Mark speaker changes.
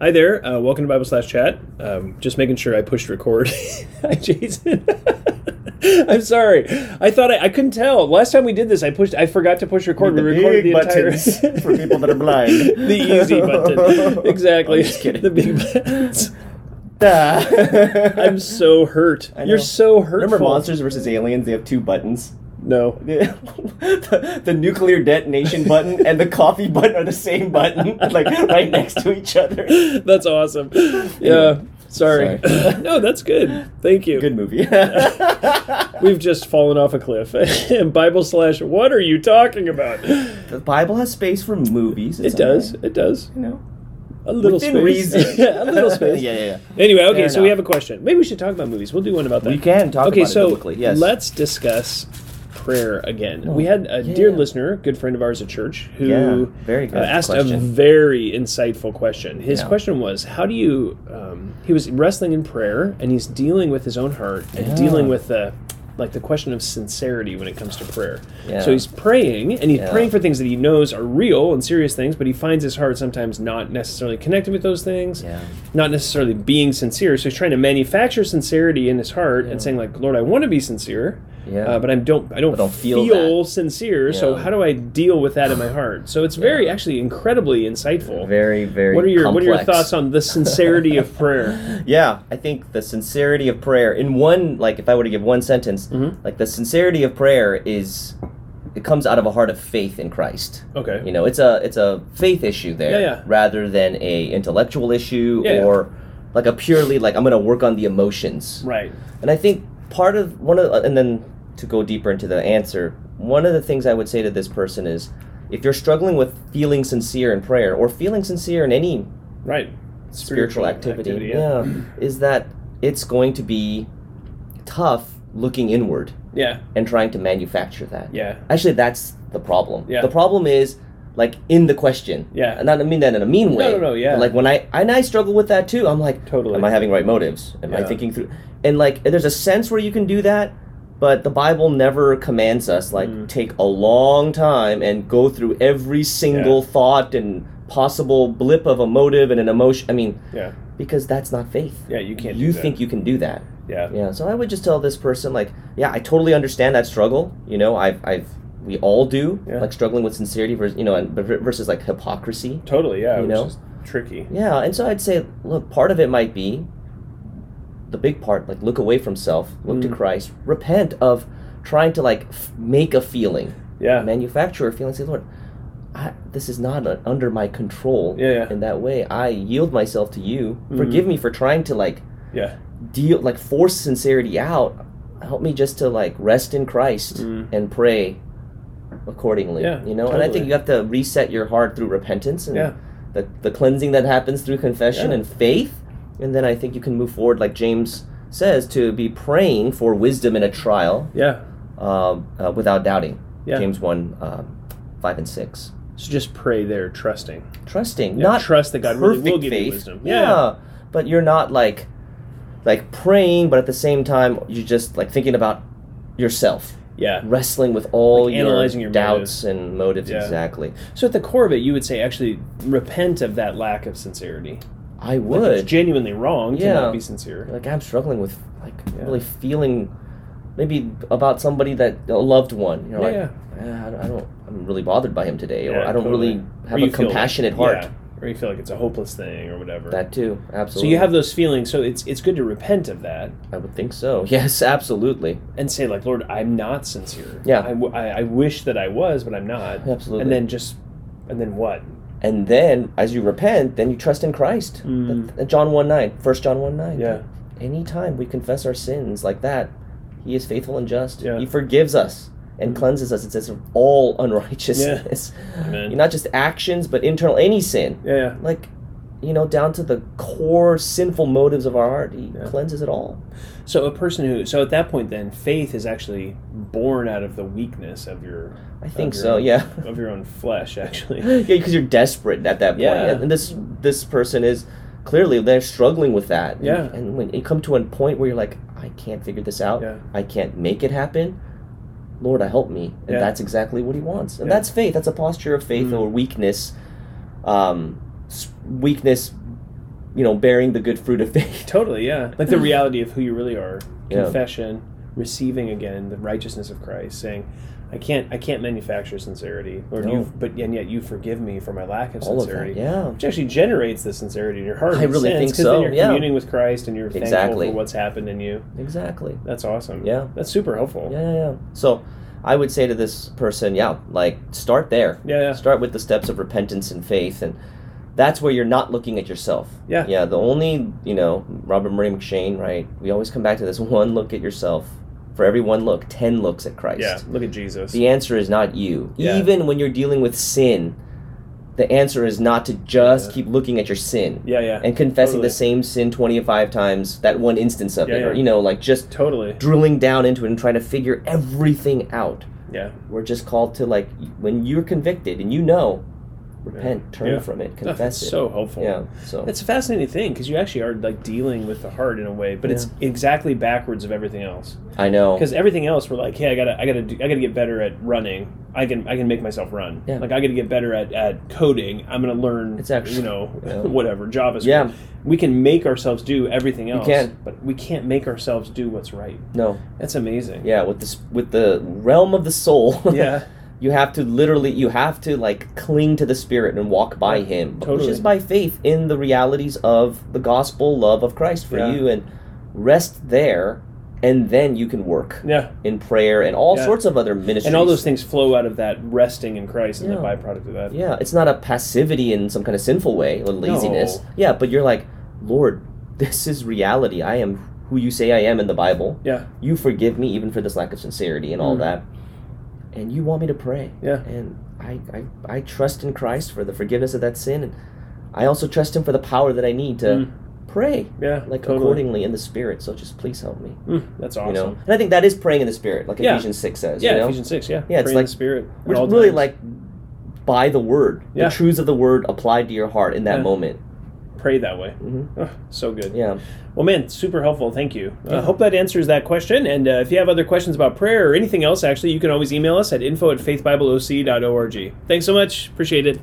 Speaker 1: Hi there. Uh, welcome to Bible slash chat. Um, just making sure I pushed record. Hi, Jason. I'm sorry. I thought I, I couldn't tell. Last time we did this, I pushed. I forgot to push record.
Speaker 2: The
Speaker 1: we recorded
Speaker 2: big
Speaker 1: the entire
Speaker 2: buttons for people that are blind.
Speaker 1: the easy button. Exactly.
Speaker 2: I'm just kidding.
Speaker 1: The big buttons.
Speaker 2: Ah.
Speaker 1: I'm so hurt.
Speaker 2: I know.
Speaker 1: You're so hurtful.
Speaker 2: Remember Monsters vs. Aliens? They have two buttons.
Speaker 1: No.
Speaker 2: The, the nuclear detonation button and the coffee button are the same button, like right next to each other.
Speaker 1: That's awesome. Yeah. Sorry.
Speaker 2: Sorry.
Speaker 1: no, that's good. Thank you.
Speaker 2: Good movie.
Speaker 1: We've just fallen off a cliff. Bible slash. What are you talking about?
Speaker 2: the Bible has space for movies.
Speaker 1: It does. It does.
Speaker 2: You know,
Speaker 1: A little
Speaker 2: within
Speaker 1: space.
Speaker 2: reason.
Speaker 1: Yeah, a little space.
Speaker 2: yeah, yeah, yeah.
Speaker 1: Anyway, okay,
Speaker 2: Fair
Speaker 1: so we
Speaker 2: enough.
Speaker 1: have a question. Maybe we should talk about movies. We'll do one about that.
Speaker 2: We can talk
Speaker 1: okay,
Speaker 2: about it
Speaker 1: so
Speaker 2: biblically, yes. Oh,
Speaker 1: let's discuss prayer again. we had a
Speaker 2: yeah.
Speaker 1: dear listener, good friend of ours at church, who
Speaker 2: Yeah, very good
Speaker 1: uh, asked a
Speaker 2: question.
Speaker 1: very insightful question. His
Speaker 2: Yeah.
Speaker 1: question was, "How do you?" Um, he was wrestling in prayer, and he's dealing with his own heart and
Speaker 2: Yeah.
Speaker 1: dealing with the. Like the question of sincerity when it comes to prayer.
Speaker 2: Yeah.
Speaker 1: So he's praying, and he's
Speaker 2: Yeah.
Speaker 1: praying for things that he knows are real and serious things, but he finds his heart sometimes not necessarily connected with those things
Speaker 2: Yeah.
Speaker 1: not necessarily being sincere. So he's trying to manufacture sincerity in his heart and saying like, "Lord, I want to be sincere,
Speaker 2: Yeah.
Speaker 1: uh, but I don't, I don't,
Speaker 2: don't
Speaker 1: feel,
Speaker 2: feel
Speaker 1: sincere. So
Speaker 2: Yeah.
Speaker 1: how do I deal with that in my heart?" So it's very, actually, incredibly insightful.
Speaker 2: Very, very.
Speaker 1: what are your What are your
Speaker 2: complex.
Speaker 1: thoughts on the sincerity of prayer?
Speaker 2: Yeah, I think the sincerity of prayer in one like if I were to give one sentence,
Speaker 1: Mm-hmm.
Speaker 2: like the sincerity of prayer is it comes out of a heart of faith in Christ.
Speaker 1: Okay.
Speaker 2: You know, it's a it's a faith issue
Speaker 1: Yeah,
Speaker 2: there
Speaker 1: yeah.
Speaker 2: rather than a intellectual issue
Speaker 1: Yeah, yeah.
Speaker 2: or like a purely like I'm going to work on the emotions.
Speaker 1: Right.
Speaker 2: And I think part of one of and then to go deeper into the answer, one of the things I would say to this person is if you're struggling with feeling sincere in prayer or feeling sincere in any
Speaker 1: Right.
Speaker 2: spiritual activity,
Speaker 1: yeah.
Speaker 2: yeah. is that it's going to be tough looking inward
Speaker 1: Yeah.
Speaker 2: and trying to manufacture that.
Speaker 1: Yeah.
Speaker 2: Actually, that's the problem.
Speaker 1: Yeah.
Speaker 2: The problem is like in the question.
Speaker 1: Yeah.
Speaker 2: And not I mean that in a mean way.
Speaker 1: no, no, yeah.
Speaker 2: But like when I and I struggle with that too. I'm like,
Speaker 1: Totally.
Speaker 2: Am I having right motives? Am I
Speaker 1: Yeah.
Speaker 2: thinking through? And like, there's a sense where you can do that. But the Bible never commands us like
Speaker 1: Mm.
Speaker 2: take a long time and go through every single thought and possible blip of a motive and an emotion. I mean,
Speaker 1: Yeah.
Speaker 2: because that's not faith.
Speaker 1: Yeah. You can't.
Speaker 2: You
Speaker 1: do that.
Speaker 2: think you can do that.
Speaker 1: Yeah.
Speaker 2: Yeah. So I would just tell this person, like, yeah, I totally understand that struggle. You know, I've, I've, we all do,
Speaker 1: Yeah.
Speaker 2: like struggling with sincerity versus, you know, and but versus like hypocrisy.
Speaker 1: Totally. Yeah.
Speaker 2: You
Speaker 1: which
Speaker 2: know?
Speaker 1: is tricky.
Speaker 2: Yeah. And so I'd say, look, part of it might be the big part, like, look away from self, look to
Speaker 1: Mm.
Speaker 2: Christ, repent of trying to like f- make a feeling,
Speaker 1: Yeah.
Speaker 2: manufacture a feeling, say, Lord. I, this is not uh, under my control
Speaker 1: Yeah, yeah. Mm-hmm.
Speaker 2: in that way. I yield myself to you. Forgive me for trying to like
Speaker 1: Yeah.
Speaker 2: deal like force sincerity out help me just to like rest in christ
Speaker 1: Mm.
Speaker 2: and pray accordingly
Speaker 1: Yeah,
Speaker 2: you know and i
Speaker 1: totally.
Speaker 2: think you have to reset your heart through repentance and
Speaker 1: Yeah.
Speaker 2: the, the cleansing that happens through confession
Speaker 1: Yeah.
Speaker 2: and faith and then i think you can move forward like james says to be praying for wisdom in a trial
Speaker 1: Yeah.
Speaker 2: um, uh, without doubting
Speaker 1: Yeah.
Speaker 2: james 1 um, 5 and 6
Speaker 1: So just pray there, trusting.
Speaker 2: trusting
Speaker 1: Yeah,
Speaker 2: not
Speaker 1: trust that God really
Speaker 2: perfect
Speaker 1: will give you
Speaker 2: faith.
Speaker 1: wisdom.
Speaker 2: Yeah. but you're not like like praying, but at the same time you're just like thinking about yourself,
Speaker 1: Yeah.
Speaker 2: wrestling with all
Speaker 1: Like
Speaker 2: your
Speaker 1: analyzing your
Speaker 2: doubts and motives.
Speaker 1: Yeah.
Speaker 2: Exactly.
Speaker 1: So at the core of it, you would say actually repent of that lack of sincerity.
Speaker 2: I
Speaker 1: Like,
Speaker 2: would
Speaker 1: it's genuinely wrong to
Speaker 2: Yeah.
Speaker 1: not be sincere.
Speaker 2: like I'm struggling with like
Speaker 1: Yeah.
Speaker 2: really feeling maybe about somebody that a loved one. You're
Speaker 1: Yeah,
Speaker 2: like, "Ah, I don't, I don't. I'm really bothered by him today, or
Speaker 1: Yeah,
Speaker 2: I don't
Speaker 1: totally.
Speaker 2: really
Speaker 1: Or
Speaker 2: have
Speaker 1: you
Speaker 2: a
Speaker 1: feel-
Speaker 2: compassionate heart.
Speaker 1: Yeah. Or you feel like it's a hopeless thing or whatever.
Speaker 2: That too,
Speaker 1: so
Speaker 2: absolutely.
Speaker 1: you have those feelings. So it's it's good to repent of that
Speaker 2: I would think so. Yes, absolutely.
Speaker 1: and say like, Lord, I'm not sincere.
Speaker 2: Yeah.
Speaker 1: I, w- I- I wish that I was, but I'm not.
Speaker 2: Absolutely.
Speaker 1: And then just, and then what?
Speaker 2: And then, as you repent, then you trust in Christ.
Speaker 1: Mm.
Speaker 2: That- that John 1 9, 1 John 1 9.
Speaker 1: Yeah.
Speaker 2: Anytime we confess our sins like that, He is faithful and just.
Speaker 1: Yeah. Mm.
Speaker 2: He forgives us and cleanses us. It says of all unrighteousness.
Speaker 1: Amen.
Speaker 2: Not just actions, but internal, any sin.
Speaker 1: Yeah. yeah.
Speaker 2: Like, you know, down to the core sinful motives of our heart. He
Speaker 1: Yeah.
Speaker 2: cleanses it all.
Speaker 1: So a person who, so at that point, then faith is actually born out of the weakness of your.
Speaker 2: I
Speaker 1: of
Speaker 2: think
Speaker 1: your
Speaker 2: so,
Speaker 1: own-
Speaker 2: yeah.
Speaker 1: Of your own flesh, actually.
Speaker 2: yeah, because you're desperate at that point.
Speaker 1: Yeah.
Speaker 2: And this this person is clearly they're struggling with that.
Speaker 1: Yeah.
Speaker 2: And when you come to a point where you're like, I can't figure this out.
Speaker 1: Yeah.
Speaker 2: I can't make it happen. Lord, I help me. And
Speaker 1: Yeah.
Speaker 2: that's exactly what he wants. And
Speaker 1: Yeah. Mm-hmm.
Speaker 2: that's faith. That's a posture of faith
Speaker 1: Mm.
Speaker 2: or weakness. Um, s- weakness you know, bearing the good fruit of faith.
Speaker 1: Totally, yeah. Like the reality of who you really are.
Speaker 2: Yeah.
Speaker 1: Confession, receiving again the righteousness of Christ, saying, "I can't, I can't manufacture sincerity, Lord,
Speaker 2: No.
Speaker 1: you, but and yet you forgive me for my lack of
Speaker 2: All of
Speaker 1: sincerity."
Speaker 2: that. Yeah.
Speaker 1: Which actually generates the sincerity in your heart. in
Speaker 2: I
Speaker 1: a
Speaker 2: really
Speaker 1: sense,
Speaker 2: think
Speaker 1: 'cause
Speaker 2: so,
Speaker 1: Then you're
Speaker 2: yeah.
Speaker 1: communing with Christ, and you're
Speaker 2: Exactly.
Speaker 1: thankful for what's happened in you.
Speaker 2: Exactly.
Speaker 1: That's awesome.
Speaker 2: Yeah.
Speaker 1: that's super helpful.
Speaker 2: Yeah, yeah, yeah. So I would say to this person, yeah, like start there.
Speaker 1: Yeah, yeah.
Speaker 2: Start with the steps of repentance and faith and that's where you're not looking at yourself.
Speaker 1: Yeah.
Speaker 2: Yeah, the only, you know, Robert Murray McShane, right? We always come back to this one look at yourself. For every one look, 10 looks at Christ.
Speaker 1: Yeah, look at Jesus.
Speaker 2: The answer is not you.
Speaker 1: Yeah.
Speaker 2: Even when you're dealing with sin, the answer is not to just
Speaker 1: Yeah.
Speaker 2: keep looking at your sin
Speaker 1: Yeah, yeah,
Speaker 2: and confessing
Speaker 1: Totally.
Speaker 2: the same sin 25 times, that one instance of
Speaker 1: Yeah,
Speaker 2: it, or,
Speaker 1: yeah.
Speaker 2: you know, like just
Speaker 1: totally.
Speaker 2: drilling down into it and trying to figure everything out.
Speaker 1: Yeah,
Speaker 2: We're just called to, like, when you're convicted and you know, repent, turn
Speaker 1: Yeah.
Speaker 2: from it,
Speaker 1: Oh,
Speaker 2: confess
Speaker 1: that's
Speaker 2: it.
Speaker 1: so helpful.
Speaker 2: yeah, so.
Speaker 1: It's a fascinating thing because you actually are like dealing with the heart in a way, but it's exactly backwards of everything else.
Speaker 2: I know.
Speaker 1: Because everything else, we're like, hey, I gotta, I gotta, do, I gotta get better at running. I can, I can make myself run.
Speaker 2: Yeah.
Speaker 1: Like I gotta get better at, at coding. I'm gonna learn.
Speaker 2: It's actually-
Speaker 1: you know,
Speaker 2: yeah.
Speaker 1: whatever JavaScript.
Speaker 2: Yeah.
Speaker 1: We can make ourselves do everything else.
Speaker 2: can.
Speaker 1: but we can't make ourselves do what's right.
Speaker 2: No.
Speaker 1: That's amazing.
Speaker 2: Yeah, with this with the realm of the soul.
Speaker 1: Yeah.
Speaker 2: You have to literally, you have to like cling to the Spirit and walk by Him, which
Speaker 1: Totally.
Speaker 2: is by faith in the realities of the gospel love of Christ for
Speaker 1: Yeah.
Speaker 2: you, and rest there, and then you can work
Speaker 1: Yeah.
Speaker 2: in prayer and all
Speaker 1: Yeah.
Speaker 2: sorts of other ministries.
Speaker 1: And all those things flow out of that resting in Christ and the
Speaker 2: Yeah.
Speaker 1: byproduct of that.
Speaker 2: Yeah, it's not a passivity in some kind of sinful way or laziness.
Speaker 1: No.
Speaker 2: Yeah, but you're like, Lord, this is reality. I am who you say I am in the Bible.
Speaker 1: Yeah.
Speaker 2: You forgive me even for this lack of sincerity and all
Speaker 1: Mm.
Speaker 2: that. And you want me to pray.
Speaker 1: Yeah.
Speaker 2: And I, I, I trust in Christ for the forgiveness of that sin. And I also trust Him for the power that I need to
Speaker 1: Mm.
Speaker 2: pray,
Speaker 1: Yeah.
Speaker 2: like
Speaker 1: totally.
Speaker 2: accordingly in the Spirit. So just please help me.
Speaker 1: Mm, that's awesome.
Speaker 2: You know? And I think that is praying in the Spirit, like
Speaker 1: Yeah.
Speaker 2: Ephesians 6 says.
Speaker 1: Yeah,
Speaker 2: you know?
Speaker 1: Ephesians six. Yeah,
Speaker 2: Yeah, it's
Speaker 1: Pray in
Speaker 2: like-
Speaker 1: the spirit. at
Speaker 2: Which
Speaker 1: all
Speaker 2: really
Speaker 1: times.
Speaker 2: like by the word,
Speaker 1: Yeah.
Speaker 2: the truths of the word applied to your heart in that
Speaker 1: Yeah.
Speaker 2: moment.
Speaker 1: pray that way.
Speaker 2: hmm
Speaker 1: Ugh, so good.
Speaker 2: Yeah,
Speaker 1: Well, man, super helpful. Thank you. I
Speaker 2: Yeah.
Speaker 1: hope that answers that question. And uh, if you have other questions about prayer or anything else, actually, you can always email us at info at faithbibleoc.org. Thanks so much. Appreciate it.